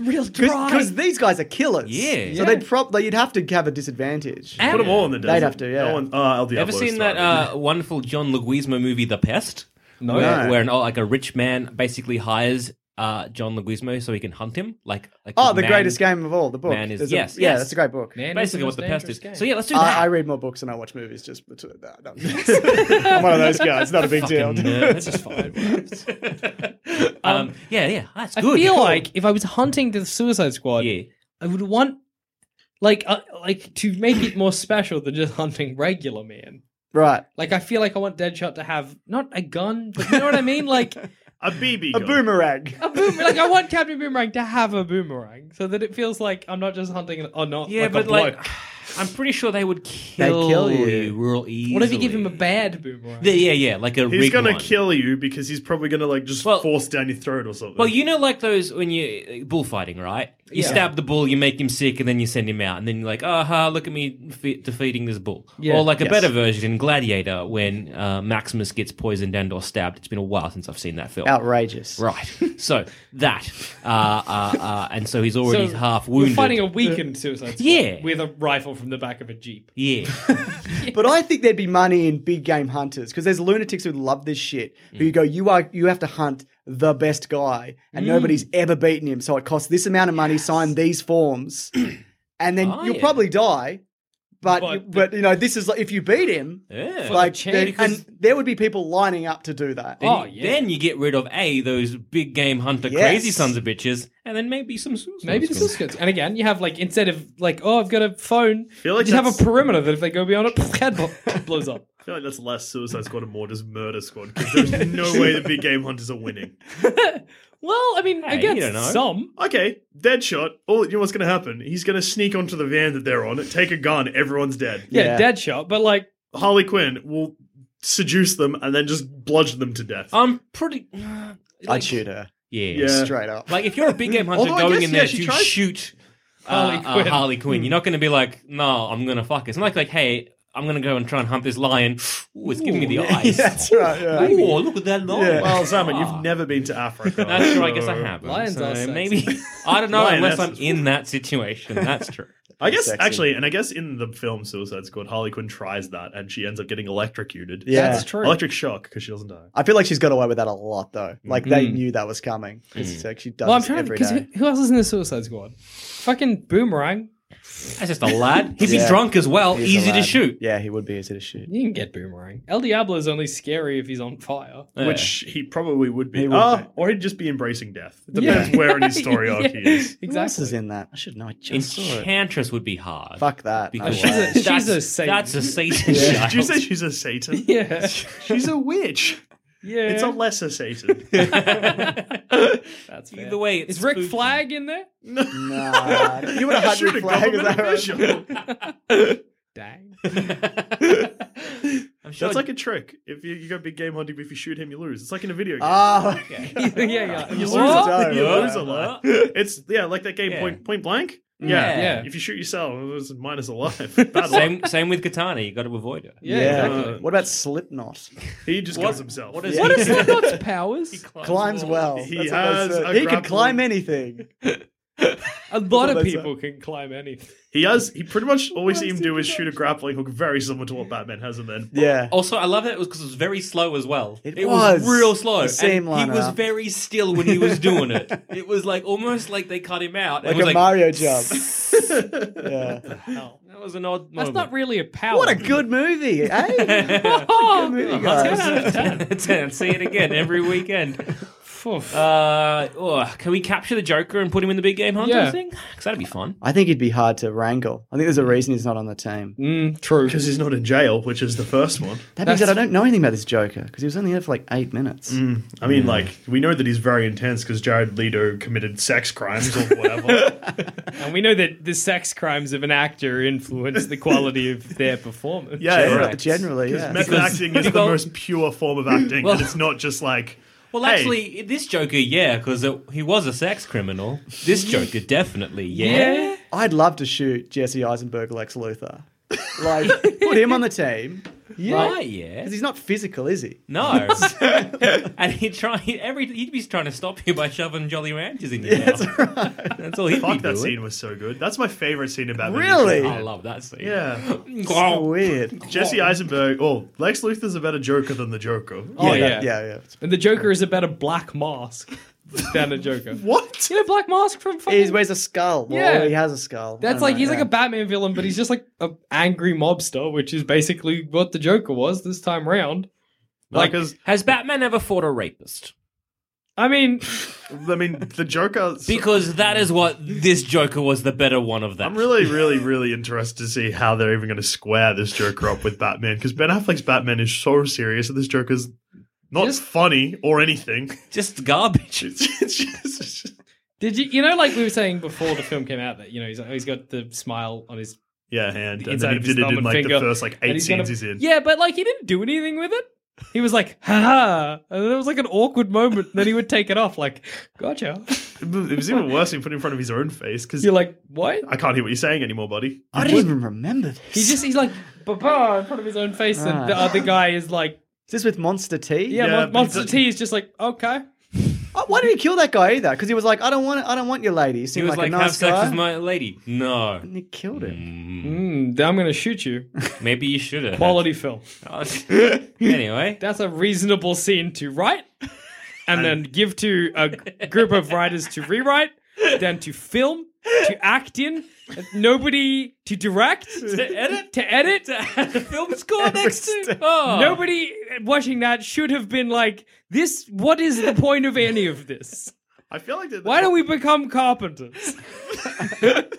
S6: really
S5: Real
S6: because these guys are killers.
S2: Yeah.
S6: So they'd probably you'd have to have a disadvantage.
S2: And-
S3: Put them all in the desert.
S6: have to, yeah.
S3: No one, uh, El
S2: Ever
S3: Diablo
S2: seen that
S3: started.
S2: uh, wonderful John Leguizamo movie, The Pest? No. Where,
S6: No.
S2: where an, oh, like a rich man basically hires uh, John Leguizamo so he can hunt him. Like, like
S6: Oh, the
S2: man-
S6: greatest game of all, the book.
S2: man is-
S6: There's a-
S2: yes,
S6: yeah,
S2: yes.
S6: that's a great book.
S2: Basically, what the pest is. So yeah, let's do that.
S6: I, I read more books than I watch movies. Just bet- no, no. I'm one of those guys. Not a big deal.
S2: Fucking nerd. That's just fine. um, yeah, yeah, that's
S5: I
S2: good.
S5: feel
S2: Cool.
S5: like if I was hunting the Suicide Squad,
S2: yeah,
S5: I would want like uh, like to make it more special than just hunting regular man.
S6: Right.
S5: Like I feel like I want Deadshot to have not a gun, but you know what I mean, like
S3: a BB
S6: A
S3: gun.
S6: boomerang.
S5: a boom. Like I want Captain Boomerang to have a boomerang, so that it feels like I'm not just hunting an- or not.
S2: yeah,
S5: like
S2: but
S5: a
S2: like,
S5: bloke.
S2: I'm pretty sure they would kill,
S6: kill
S2: you.
S6: you.
S2: real easy.
S5: what if you give him a bad boomerang?
S2: Yeah, yeah, yeah, like a.
S3: He's
S2: rigged
S3: gonna
S2: one.
S3: kill you because he's probably gonna like just
S2: Well-
S3: force down your throat or something.
S2: Well, you know, like those when you uh, bullfighting, right? You
S5: Yeah.
S2: stab the bull, you make him sick, and then you send him out, and then you're like, "Aha! Look at me fe- defeating this bull."
S5: Yeah.
S2: Or like a better version in Gladiator, when uh, Maximus gets poisoned and/or stabbed. It's been a while since I've seen that film.
S6: Outrageous.
S2: Right. So that, uh, uh, uh, and so he's already
S5: So
S2: half
S5: We're
S2: wounded.
S5: fighting a weakened Suicide Squad
S2: Yeah.
S5: with a rifle from the back of a jeep.
S2: yeah.
S6: But I think there'd be money in big game hunters because there's lunatics who love this shit.
S5: Mm.
S6: Who go, you are you have to hunt the best guy, and nobody's ever beaten him. So it costs this amount of money. Sign these forms, and then
S2: Oh,
S6: you'll
S2: yeah.
S6: probably die. But
S5: But
S6: you-
S5: the-
S6: but you know this is like if you beat him,
S2: Yeah. For
S6: like
S5: the
S6: then-
S5: chance.
S6: and there would be people lining up to do that.
S2: Then
S5: Oh,
S2: you-
S5: yeah.
S2: Then you get rid of A, those big game hunter
S6: Yes.
S2: crazy sons of bitches, and then maybe some suicides.
S5: Maybe the Suicide Squad. And again, you have like instead of like oh I've got a phone,
S3: feel like
S5: you just have a
S3: that's-
S5: perimeter that if they go beyond it, head blo- blows up.
S3: I feel like that's less Suicide Squad and more just Murder Squad because there's no way the big game hunters are winning.
S5: Well, I mean, again,
S2: you don't know.
S5: some.
S3: Okay, Deadshot. Oh, you know what's gonna happen? He's gonna sneak onto the van that they're on, take a gun, everyone's dead.
S5: Yeah,
S6: Yeah.
S5: dead shot, but like
S3: Harley Quinn will seduce them and then just bludgeon them to death.
S2: I'm pretty.
S6: I'd shoot her
S2: Yeah.
S3: Yeah.
S6: straight up.
S2: Like if you're a big game hunter
S6: Although I
S2: going
S6: guess,
S2: in
S6: yeah,
S2: there
S6: she
S2: to
S6: tries-
S2: shoot Harley,
S5: Harley
S2: uh,
S5: Quinn.
S2: Quinn. Harley Quinn, you're not going to be like, no, I'm going to fuck it. It's not like, like, hey, I'm going to go and try and hunt this lion. Ooh, it's giving me the eyes.
S6: That's right. Yeah.
S2: Ooh, look at that lion. Ah.
S3: well, Zaman, you've never been to Africa.
S2: That's true. I guess I
S3: so-
S2: have.
S5: Lions
S2: so
S5: are sexy.
S2: maybe I don't know unless I'm
S3: Lionesses.
S2: in that situation. That's true.
S3: I guess
S6: Sexy.
S3: actually, and I guess in the film Suicide Squad, Harley Quinn tries that and she ends up getting electrocuted.
S6: Yeah.
S5: that's true.
S3: Electric shock because she doesn't die.
S6: I feel like she's got away with that a lot though. Like they knew that was coming because like she does
S5: Mm. well, I'm
S6: this
S5: trying to
S6: every
S5: because
S6: day.
S5: who, who else is in the Suicide Squad? Fucking Boomerang,
S2: That's just a lad. He'd be
S6: Yeah.
S2: drunk as well.
S6: He's a
S2: Oh, Easy to
S6: lad.
S2: shoot.
S6: Yeah, he would be easy to shoot.
S5: You can get boomerang. El Diablo's only scary if he's on fire.
S3: Which he probably would be.
S6: He would
S3: Ah,
S6: be.
S3: or he'd just be embracing death. It depends where in his story arc he is.
S6: Who else is
S5: Exactly.
S6: in that? I should know. I just saw it.
S2: Enchantress would be hard.
S6: Fuck that. No
S2: Because
S5: she's
S6: way.
S5: a- she's
S2: that's,
S5: a Satan.
S2: That's a Satan child.
S3: Did you say she's a Satan?
S5: Yeah.
S3: She's a witch.
S5: Yeah.
S3: It's a lesser Satan.
S5: That's fair.
S2: Either way, it's
S5: Is Rick
S2: spooky.
S5: Flag in there?
S6: Nah, you would have had
S3: Shoot
S6: your
S3: a
S6: flag. Is
S3: government
S6: that right?
S3: official.
S5: Dang.
S2: I'm sure
S3: That's like a trick. If you, you go big game hunting, if you shoot him, you lose. It's like in a video game.
S6: Ah,
S5: yeah, yeah.
S3: you lose,
S6: Oh.
S3: a, you
S6: Oh.
S3: lose a lot. It's yeah, like that game
S2: Yeah.
S3: point point blank. Yeah.
S6: Mm.
S2: Yeah.
S3: If you shoot yourself, it was minus a life. Bad luck.
S2: same same with Katana. You got to avoid her.
S5: Yeah,
S6: Yeah.
S5: exactly.
S6: What about Slipknot?
S3: He just kills himself.
S2: what is
S5: What
S2: he-
S5: is Slipknot's powers?
S6: Climbs well.
S3: He
S6: That's what they
S3: has
S6: said.
S3: a
S6: He can
S3: grapple.
S6: climb anything.
S5: A lot of
S6: That's a-
S5: people can climb anything.
S3: He has. He pretty much all we see him do is shoot a grappling hook, very similar to what Batman has. And then
S6: Yeah.
S2: Also, I love that it was because it was very slow as well.
S6: It
S2: was.
S6: was.
S2: real slow.
S6: The same
S2: and he
S6: lineup.
S2: was very still when he was doing it. It was like almost like they cut him out. and
S6: Like a
S2: was like,
S6: Mario jump. yeah.
S2: That was an odd.
S5: That's not really a power.
S6: What a good movie, eh?
S5: Oh,
S6: movie,
S5: ten
S6: guys.
S5: out of ten.
S2: really. See it again every weekend.
S5: Oof.
S2: Uh, oh, can we capture the Joker and put him in the big game hunter
S5: Yeah.
S2: thing? Because that'd be fun.
S6: I think he'd be hard to wrangle. I think there's a reason he's not on the team.
S5: Mm, true.
S3: because he's not in jail, which is the first one.
S6: That being
S5: That's-
S6: said, I don't know anything about this Joker because he was only there for like eight minutes.
S3: I
S6: Mm.
S3: mean, like we know that he's very intense because Jared Leto committed sex crimes or whatever.
S5: And we know that the sex crimes of an actor influence the quality of their performance.
S3: Yeah, yeah.
S6: But generally, yeah.
S3: Method acting is the
S2: Because-
S3: most pure form of acting,
S2: Well-
S3: and it's not just like.
S2: Well,
S3: Hey.
S2: actually, this Joker, yeah, because he was a sex criminal. This Joker, definitely, yeah.
S5: Yeah.
S6: I'd love to shoot Jesse Eisenberg, Lex Luthor. Like, put him on the team.
S2: Right, yeah.
S6: Because he's not physical, is he?
S2: No. and he'd try every he'd be trying to stop you by shoving Jolly Ranchers in your mouth. That's all he'd be
S3: Fuck, that
S2: doing.
S3: scene was so good. That's my favorite scene about
S6: Really?
S2: I love that scene.
S3: oh, Yeah.
S6: So weird.
S3: Jesse Eisenberg. Oh, Lex Luthor's a better Joker than the Joker.
S6: Oh,
S5: yeah.
S6: that- yeah, yeah.
S5: And the Joker is a better black mask than a Joker.
S3: What?
S5: You know, black mask from fucking.
S6: He wears a skull. Well,
S5: Yeah.
S6: he has a skull. I
S5: That's
S6: don't
S5: like
S6: know,
S5: he's like
S6: yeah.
S5: a Batman villain, but he's just like an angry mobster, which is basically what the Joker was this time round.
S3: Like,
S5: Like,
S3: because
S2: Has Batman ever fought a rapist?
S5: I mean,
S3: I mean, the Joker.
S2: Because that is what this Joker was the better one of them.
S3: I'm really, really, really interested to see how they're even going to square this Joker up with Batman. Because Ben Affleck's Batman is so serious, and this Joker's not
S5: Just-
S3: funny or anything.
S2: just garbage.
S3: It's, it's just, it's just-
S5: did you you know like we were saying before the film came out that you know he's he's got the smile on his
S3: yeah, hand.
S5: The
S3: And then
S5: inside
S3: he
S5: of his
S3: did it
S5: thumb
S3: in
S5: and
S3: like the
S5: finger,
S3: first like
S5: and
S3: eight
S5: he's
S3: scenes
S5: gonna-
S3: he's in.
S5: Yeah, but like he didn't do anything with it. He was like, ha ha. And then it was like an awkward moment. And then he would take it off, like, gotcha.
S3: It was even worse when put it in front of his own face because
S5: You're like, what?
S3: I can't hear what you're saying anymore, buddy.
S6: I didn't even remember this.
S5: He just, he's like, ba ba in front of his own face. And the
S6: Ah.
S5: other guy is like,
S6: Is this with Monster T?
S3: Yeah,
S5: yeah, Mon-
S3: but he
S5: Monster
S3: doesn't-
S5: T is just like, okay.
S6: Oh, why did he kill that guy either? Because he was like, I don't want, I don't want your lady. He
S2: He
S6: seemed
S2: was
S6: like,
S2: like,
S6: a
S2: have
S6: nice
S2: sex
S6: guy.
S2: with my lady. No.
S6: and he killed him.
S5: Mm, then I'm going to shoot you.
S2: Maybe you should have.
S5: Quality film.
S2: anyway.
S5: That's a reasonable scene to write and then give to a g- group of writers to rewrite, then to film, to act in, nobody to direct, to edit, to edit,
S2: the film score next to
S6: step.
S2: oh.
S5: Nobody watching that should have been like, this, what is the point of any of this?
S3: I feel like that.
S5: Why don't we become carpenters?
S2: Don't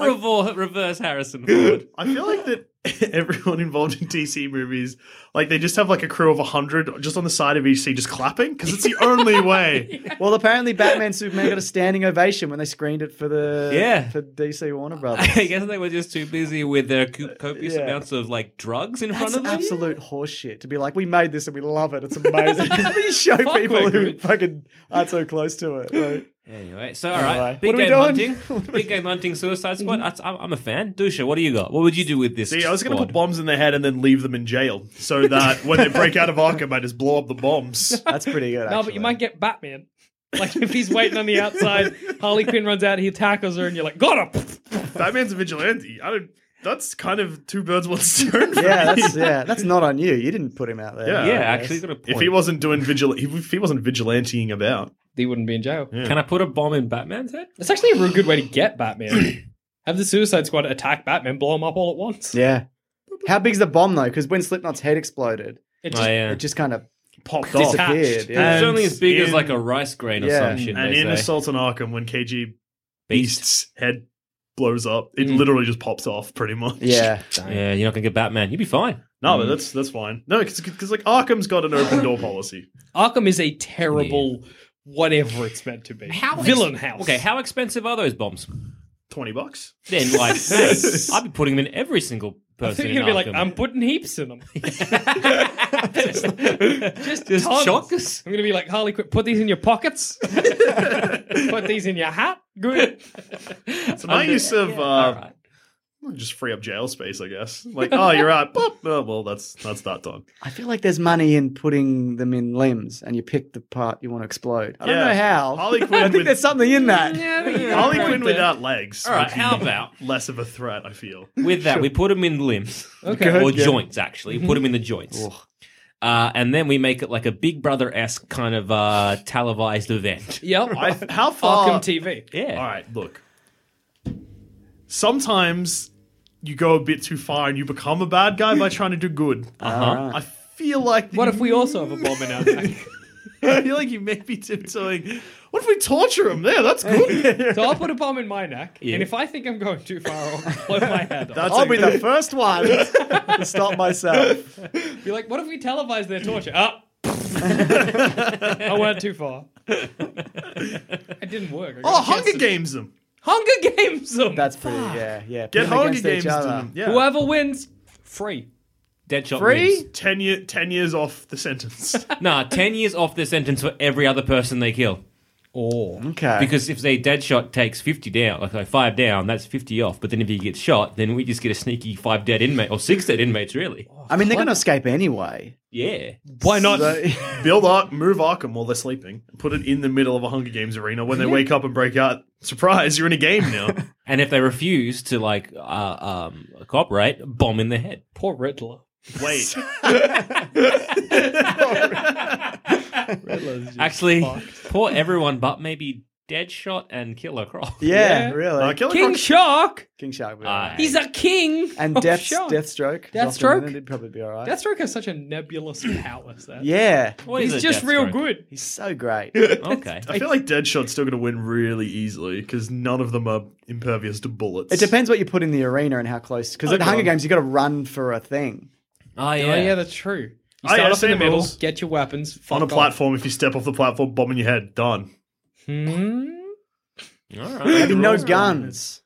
S2: revol- reverse Harrison Ford.
S3: I feel like that everyone involved in DC movies, like they just have like a crew of hundred just on the side of each seat, just clapping because it's the only way.
S6: Well, apparently Batman Superman got a standing ovation when they screened it for the
S2: Yeah.
S6: for DC Warner Brothers.
S2: I guess they were just too busy with their co- copious
S6: Yeah.
S2: amounts of like drugs in front
S6: That's
S2: of them.
S6: absolute horseshit. To be like, we made this and we love it. It's amazing. How do you show
S5: Fuck,
S6: people
S5: we're
S6: who
S5: good.
S6: fucking aren't so close to it? Like,
S2: Anyway, so all right,
S6: Anyway.
S2: big
S6: What are
S2: game
S6: we doing?
S2: hunting, big game hunting, Suicide Squad. That's, I'm, I'm a fan. Dusha, what do you got? What would you do with this?
S3: See, I was going to
S2: squad?
S3: put bombs in their head and then leave them in jail so that when they break out of Arkham, I just blow up the bombs.
S6: that's pretty good.
S5: No, but you might get Batman. Like if he's waiting on the outside, Harley Quinn runs out, he tackles her, and you're like, got him!
S3: Batman's a vigilante. I don't. That's kind of two birds one stone. For
S6: Yeah,
S3: me.
S6: that's yeah, that's not on you. You didn't put him out there.
S3: Yeah.
S2: Yeah, actually, got a point.
S3: If he wasn't doing vigil, if he wasn't vigilanteing about,
S5: He wouldn't be in jail.
S2: Can I put a bomb in Batman's head?
S5: It's actually a real good way to get Batman. Have the Suicide Squad attack Batman, blow him up all at once.
S6: Yeah. How big's the bomb though? Because when Slipknot's head exploded,
S5: It
S2: Oh,
S5: just,
S2: yeah.
S6: it just kind of
S3: popped off.
S6: disappeared.
S3: And
S6: Yeah.
S2: it's only as big as
S3: in-
S2: like a rice grain or
S6: Yeah.
S2: some shit.
S3: And
S2: they
S3: in
S2: say.
S3: Assault on Arkham, when KG
S2: Beast.
S3: Beast's head blows up, it
S2: Mm.
S3: literally just pops off, pretty much.
S6: Yeah.
S2: Yeah, you're not gonna get Batman. You'd be fine.
S3: No, but that's that's fine. No, because like Arkham's got an open door policy.
S5: Arkham is a terrible whatever it's meant to be.
S2: ex-
S5: Villain house.
S2: Okay, how expensive are those bombs?
S3: Twenty bucks.
S2: Then like, hey, I'd be putting them in every single
S5: I
S2: person.
S5: think
S2: in
S5: you're gonna be like,
S2: Arkham.
S5: I'm putting heaps in them.
S2: just just
S5: tons.
S2: chockers.
S5: I'm gonna be like Harley Quinn. Put these in your pockets. put these in your hat. Good.
S3: So my use of
S2: All
S3: uh,
S2: right.
S3: just free up jail space, I guess. Like, oh, you're out. Boop. Oh, well, that's that's that done.
S6: I feel like there's money in putting them in limbs and you pick the part you want to explode. I
S3: Yeah.
S6: don't know how.
S3: Harley
S6: I
S3: Quinn
S6: think
S3: with-
S6: there's something in that.
S3: Harley Quinn without legs.
S2: All right,
S3: would be
S2: how about-
S3: less of a threat? I feel.
S2: With that, we put them in limbs
S5: Okay. Mm-hmm.
S2: or
S6: Yeah.
S2: joints. Actually, we put them in the joints. Uh, and then we make it like a Big Brother esque kind of uh, televised event.
S5: Yep.
S3: I, how
S5: Arkham
S3: far?
S5: TV.
S2: Yeah.
S3: All right, look. Sometimes you go a bit too far and you become a bad guy by trying to do good.
S2: Uh-huh.
S3: I feel like
S5: What if we also have a bomb in our tank?
S3: I feel like you may be tiptoeing. What if we torture him? There, that's good.
S5: So I'll put a bomb in my neck,
S2: Yeah.
S5: and if I think I'm going too far, I'll blow my head off.
S3: That's
S6: I'll
S3: a-
S6: be the first one to stop myself.
S5: Be like, what if we televise their torture? Ah, I went too far. It didn't work. I
S3: Oh,
S5: got
S3: Hunger
S5: cancer.
S3: Games him.
S5: Hunger Games. Them.
S6: That's pretty, yeah, yeah. Pit
S3: Get
S6: 'em
S3: Hunger
S6: against each
S3: Games to
S6: other.
S3: him. Yeah.
S5: whoever wins, free.
S2: Deadshot
S6: Free?
S2: lives.
S3: Ten, year, 10 years off the sentence.
S2: Nah, 10 years off their sentence for every other person they kill.
S5: Oh,
S6: Okay.
S2: Because if they Deadshot takes 50 down, like, like 5 down, that's 50 off. But then if he gets shot, then we just get a sneaky 5 dead inmate, or 6 dead inmates, really.
S5: Oh.
S6: I mean, they're going to escape anyway.
S2: Yeah.
S3: Why not
S6: So-
S3: build Ark, move Arkham while they're sleeping, and put it in the middle of a Hunger Games arena when they wake up and break out? Surprise, you're in a game now.
S2: And if they refuse to, like, uh, um, cooperate, bomb in the head.
S5: poor Riddler.
S3: Wait,
S5: Riddler's just
S2: Actually,
S5: fucked.
S2: poor everyone but maybe Deadshot and Killer Croc.
S6: yeah,
S5: Yeah.
S6: really.
S3: uh, Killer
S5: King
S3: Croc-
S5: Shark.
S6: King Shark. would be
S2: Aye.
S6: alright.
S5: He's a king.
S6: And
S5: of
S6: Death,
S5: Shark.
S6: Deathstroke. is
S5: Deathstroke?
S6: often in it, It'd probably be all right.
S5: Deathstroke has such a nebulous power set.
S6: yeah.
S2: What is
S5: He's
S2: a
S5: just real
S2: Deathstroke?
S5: good.
S6: He's so great.
S2: Okay.
S3: I feel like Deadshot's still going to win really easily because none of them are impervious to bullets.
S6: It depends what you put in the arena and how close. Because at
S3: Okay.
S6: Hunger Games, you got to run for a thing.
S2: Oh,
S5: Oh,
S2: yeah.
S5: yeah, that's true. You
S3: Oh,
S5: start
S3: yeah,
S5: off in the
S3: same
S5: middle,
S3: rules.
S5: get your weapons.
S3: On
S5: fuck
S3: a
S5: off.
S3: platform, if you step off the platform, bomb in your head, done.
S5: Hmm?
S2: All right.
S6: Maybe no guns.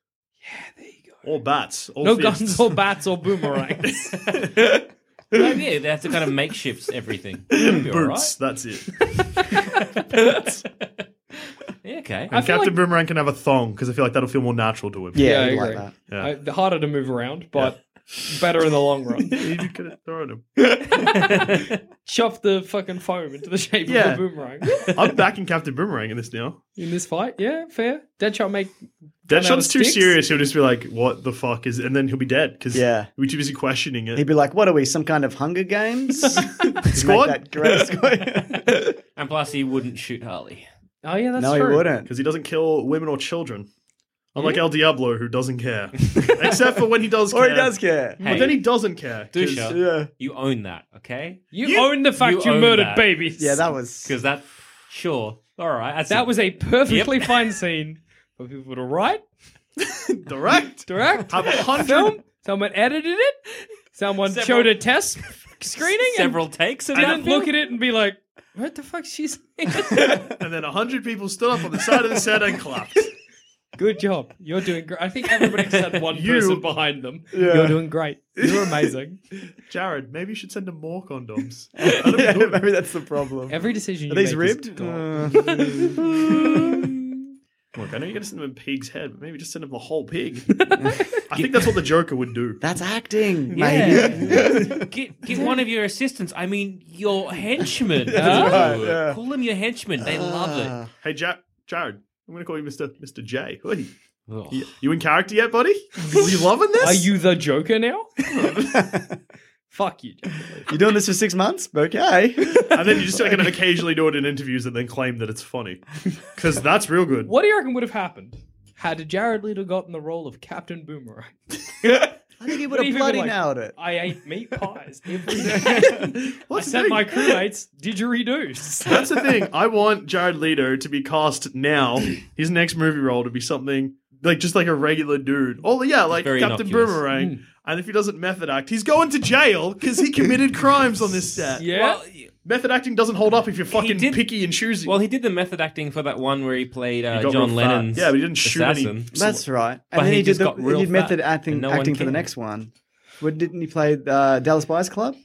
S3: Or bats. Or
S5: No
S3: fists.
S5: guns or bats or boomerangs.
S2: Maybe Oh, yeah, they have to kind of makeshift everything. It'll be all right.
S3: Boots. That's it.
S2: Yeah, okay.
S3: And
S5: feel
S3: Captain
S5: like-
S3: Boomerang can have a thong because I feel like that'll feel more natural to him.
S6: Yeah,
S5: I
S6: you'd like
S5: agree.
S6: that.
S3: Yeah.
S5: I- Uh, harder to move around, but better in the long run.
S3: you could have thrown him.
S5: Shove the fucking foam into the shape
S3: Yeah.
S5: of a boomerang.
S3: I'm backing Captain Boomerang in this now.
S5: In this fight, yeah, fair. Deadshot make Run out of
S3: Deadshot's too
S5: sticks?
S3: serious. He'll just be like, "What the fuck is?" And then he'll be dead because
S6: Yeah.
S3: he'll be too busy questioning it.
S6: He'd be like, "What are we? Some kind of Hunger Games
S3: Squad?
S6: Make that great squad?
S2: And plus, he wouldn't shoot Harley.
S5: Oh yeah, that's
S6: no, he
S5: true.
S6: wouldn't.
S3: Because he doesn't kill women or children, unlike El Diablo, who doesn't care, except for when he does.
S6: Or
S3: care.
S6: he does care.
S3: But
S2: Hey.
S3: then he doesn't care. 'cause-
S2: Dusha.
S6: Yeah,
S2: You own that, okay?
S5: You, own the fact
S2: you
S5: you,
S2: own
S5: murdered
S2: that.
S5: babies.
S6: yeah, that was.
S2: Because that, sure. All right. That's
S5: that was a perfectly fine scene for people to write,
S3: direct.
S5: direct,
S3: Have a hundred.
S5: film. Someone edited it. Someone
S2: Several-
S5: showed a test screening.
S2: several takes of
S5: And
S2: that.
S5: didn't look at it and be like, "What the fuck she's
S3: and then a hundred people stood up on the side of the set and clapped.
S5: Good job. You're doing great. I think everybody just had one
S3: You-
S5: person behind them. You're doing great. You're amazing.
S3: Jared, maybe you should send him more condoms.
S6: yeah, maybe that's the problem.
S5: Every decision you
S6: are these
S5: make
S6: ribbed? Mm.
S5: Is gold.
S6: Uh,
S3: Look, I know you're gonna send him a pig's head, but maybe just send him the whole pig. I think that's what the Joker would do.
S6: that's acting,
S2: Yeah.
S6: maybe.
S2: Get, get one of your assistants. I mean, your henchmen.
S5: That's
S2: Ooh, Call them your henchmen.
S6: Ah.
S2: They love
S3: Hey, ja- Jared, I'm gonna call you Mister Mister J. Hey,
S2: it. Ugh.
S3: you, you in character yet, buddy? You loving this?
S5: Are you the Joker now? fuck you.
S6: You're doing this for six months? Okay.
S3: And then you just like gonna occasionally do it in interviews and then claim that it's funny because that's real good.
S5: What do you reckon would have happened Had Jared Leto gotten the role of Captain Boomerang,
S6: I think he would
S5: What do
S6: have
S5: you think
S6: bloody
S5: of, like-
S6: nailed it.
S5: I ate meat pies every day. I
S3: What's the
S5: sent
S3: thing?
S5: my crewmates didgeridoos.
S3: That's the thing. I want Jared Leto to be cast now. His next movie role to be something like just like a regular dude. Oh yeah, like
S2: Very
S3: Captain
S2: innocuous. Hmm.
S3: Boomerang. And if he doesn't method act, he's going to jail because he committed crimes on this set.
S5: Yeah.
S2: Well,
S3: Method acting doesn't hold up if you're fucking
S2: did-
S3: picky and choosy.
S2: well, he did the method acting for that one where he played uh,
S3: got real
S2: John
S3: fat.
S2: Lennon's
S3: Yeah, but he didn't shoot any-
S2: assassin.
S6: That's right. And
S2: But
S6: then
S2: he
S6: he, did
S2: just
S6: the,
S2: got real
S6: he did method
S2: fat,
S6: acting
S2: and no one
S6: acting for the
S2: cared.
S6: next one. What, didn't he play uh, Dallas Buyers Club?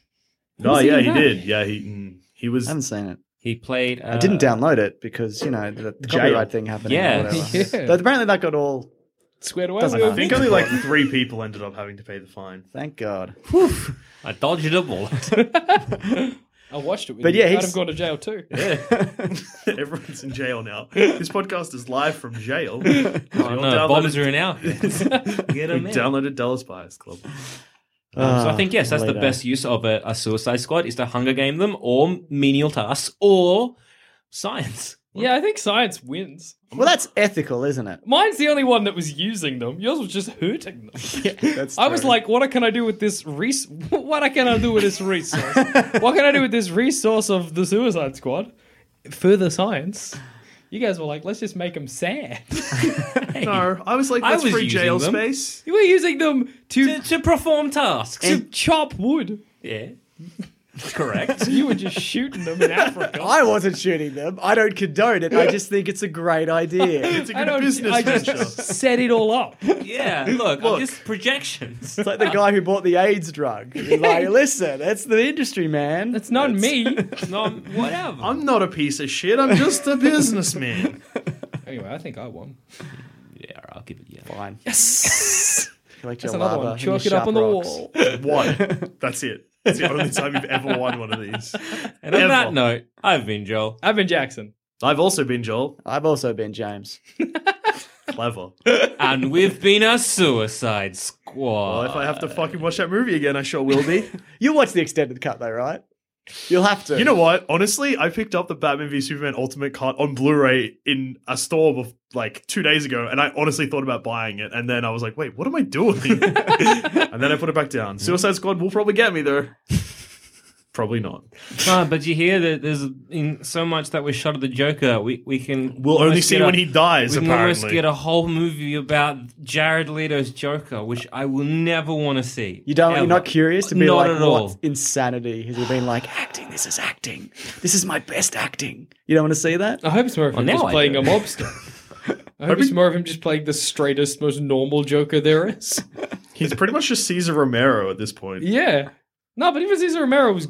S3: no,
S5: was he
S3: Oh, yeah,
S5: in
S3: he
S5: that?
S3: did. Yeah, he mm, he was.
S6: I haven't seen it.
S2: He played. Uh,
S6: I didn't download it because you know the, the
S3: Jail.
S6: copyright thing happened.
S2: Yeah.
S6: Yeah, whatever.
S5: Yeah.
S6: But apparently that got all.
S5: Squared away.
S6: Doesn't
S5: with
S3: I think only like three people ended up having to pay the fine.
S6: Thank God.
S2: Um, I dodged it a bullet.
S5: I watched it with
S6: But
S5: you.
S6: yeah,
S5: I'd
S6: he's-
S5: have gone to jail too.
S3: Everyone's in jail now. This podcast is live from jail. Oh,
S2: oh, no, bombs are in our hands. Get
S3: we
S2: 'em out.
S3: downloaded Dallas Buyers Club.
S2: So I think yes, that's the
S6: Ah, Later.
S2: best use of a, a Suicide Squad is to hunger game them, or menial tasks, or science.
S5: Yeah, I think science wins.
S6: Well, that's ethical, isn't it?
S5: Mine's the only one that was using them. Yours was just hurting them.
S6: That's
S5: I was
S6: true.
S5: like, what can I do with this res? What can I do with this resource? what can I do with this resource of the Suicide Squad? Further science. You guys were like, let's just make them sad.
S3: No, I was like,
S2: I
S3: that's
S2: was
S3: free
S2: using
S3: jail
S2: them.
S3: space.
S5: You were using them
S2: to,
S5: to,
S2: to perform tasks.
S5: to chop wood.
S2: yeah, correct.
S5: You were just shooting them in Africa.
S6: I wasn't shooting them. I don't condone it. I just think it's a great idea.
S3: It's a
S5: I
S3: good
S5: don't.
S3: business
S5: I
S3: venture.
S5: just set it all up.
S2: yeah, look,
S3: Look.
S2: I'm just projections.
S6: It's like the guy who bought the AIDS drug. He's like, listen, that's the industry, man.
S5: It's not me.
S2: No, I'm- whatever.
S3: I'm not a piece of shit. I'm just a businessman.
S5: Anyway, I think I won.
S2: yeah, I'll give it. Yeah.
S6: fine.
S5: Yes.
S6: Collect
S5: That's
S6: your
S5: another
S6: lava
S5: one.
S6: and
S5: Chalk it
S6: your
S5: up on the
S6: sharp rocks.
S5: wall.
S3: One. That's it. It's the only time you've ever won one of these.
S2: And on
S3: Ever.
S2: that note, I've been Joel.
S5: I've been Jackson.
S3: I've also been Joel.
S6: I've also been James.
S3: Clever.
S2: and we've been a Suicide Squad.
S3: Well, if I have to fucking watch that movie again, I sure will be.
S6: You'll watch the extended cut though, right? You'll have to.
S3: You know what? Honestly, I picked up the Batman v Superman Ultimate Cut on Blu-ray in a store bef- like two days ago, and I honestly thought about buying it, and then I was like, "Wait, what am I doing?" and then I put it back down. Suicide Squad will probably get me though. probably not.
S2: Ah, but you hear that there's in so much that was shot of the Joker. We we can
S3: We'll only
S2: almost
S3: see
S2: get
S3: when
S2: a-
S3: he dies.
S2: We can almost
S3: Apparently,
S2: get a whole movie about Jared Leto's Joker, which I will never want to see.
S6: You don't.
S2: Ever.
S6: You're not curious to be
S2: Not
S6: like,
S2: at
S6: what
S2: all.
S6: insanity has he been like? Acting. This is acting. This is my best acting. You don't want to see that?
S5: I hope it's more of him
S2: now
S5: just
S2: I
S5: playing
S2: do.
S5: a mobster. I hope it's more of him just playing the straightest, most normal Joker there is.
S3: he's pretty much just Caesar Romero at this point.
S5: yeah. No, but even Cesar Romero was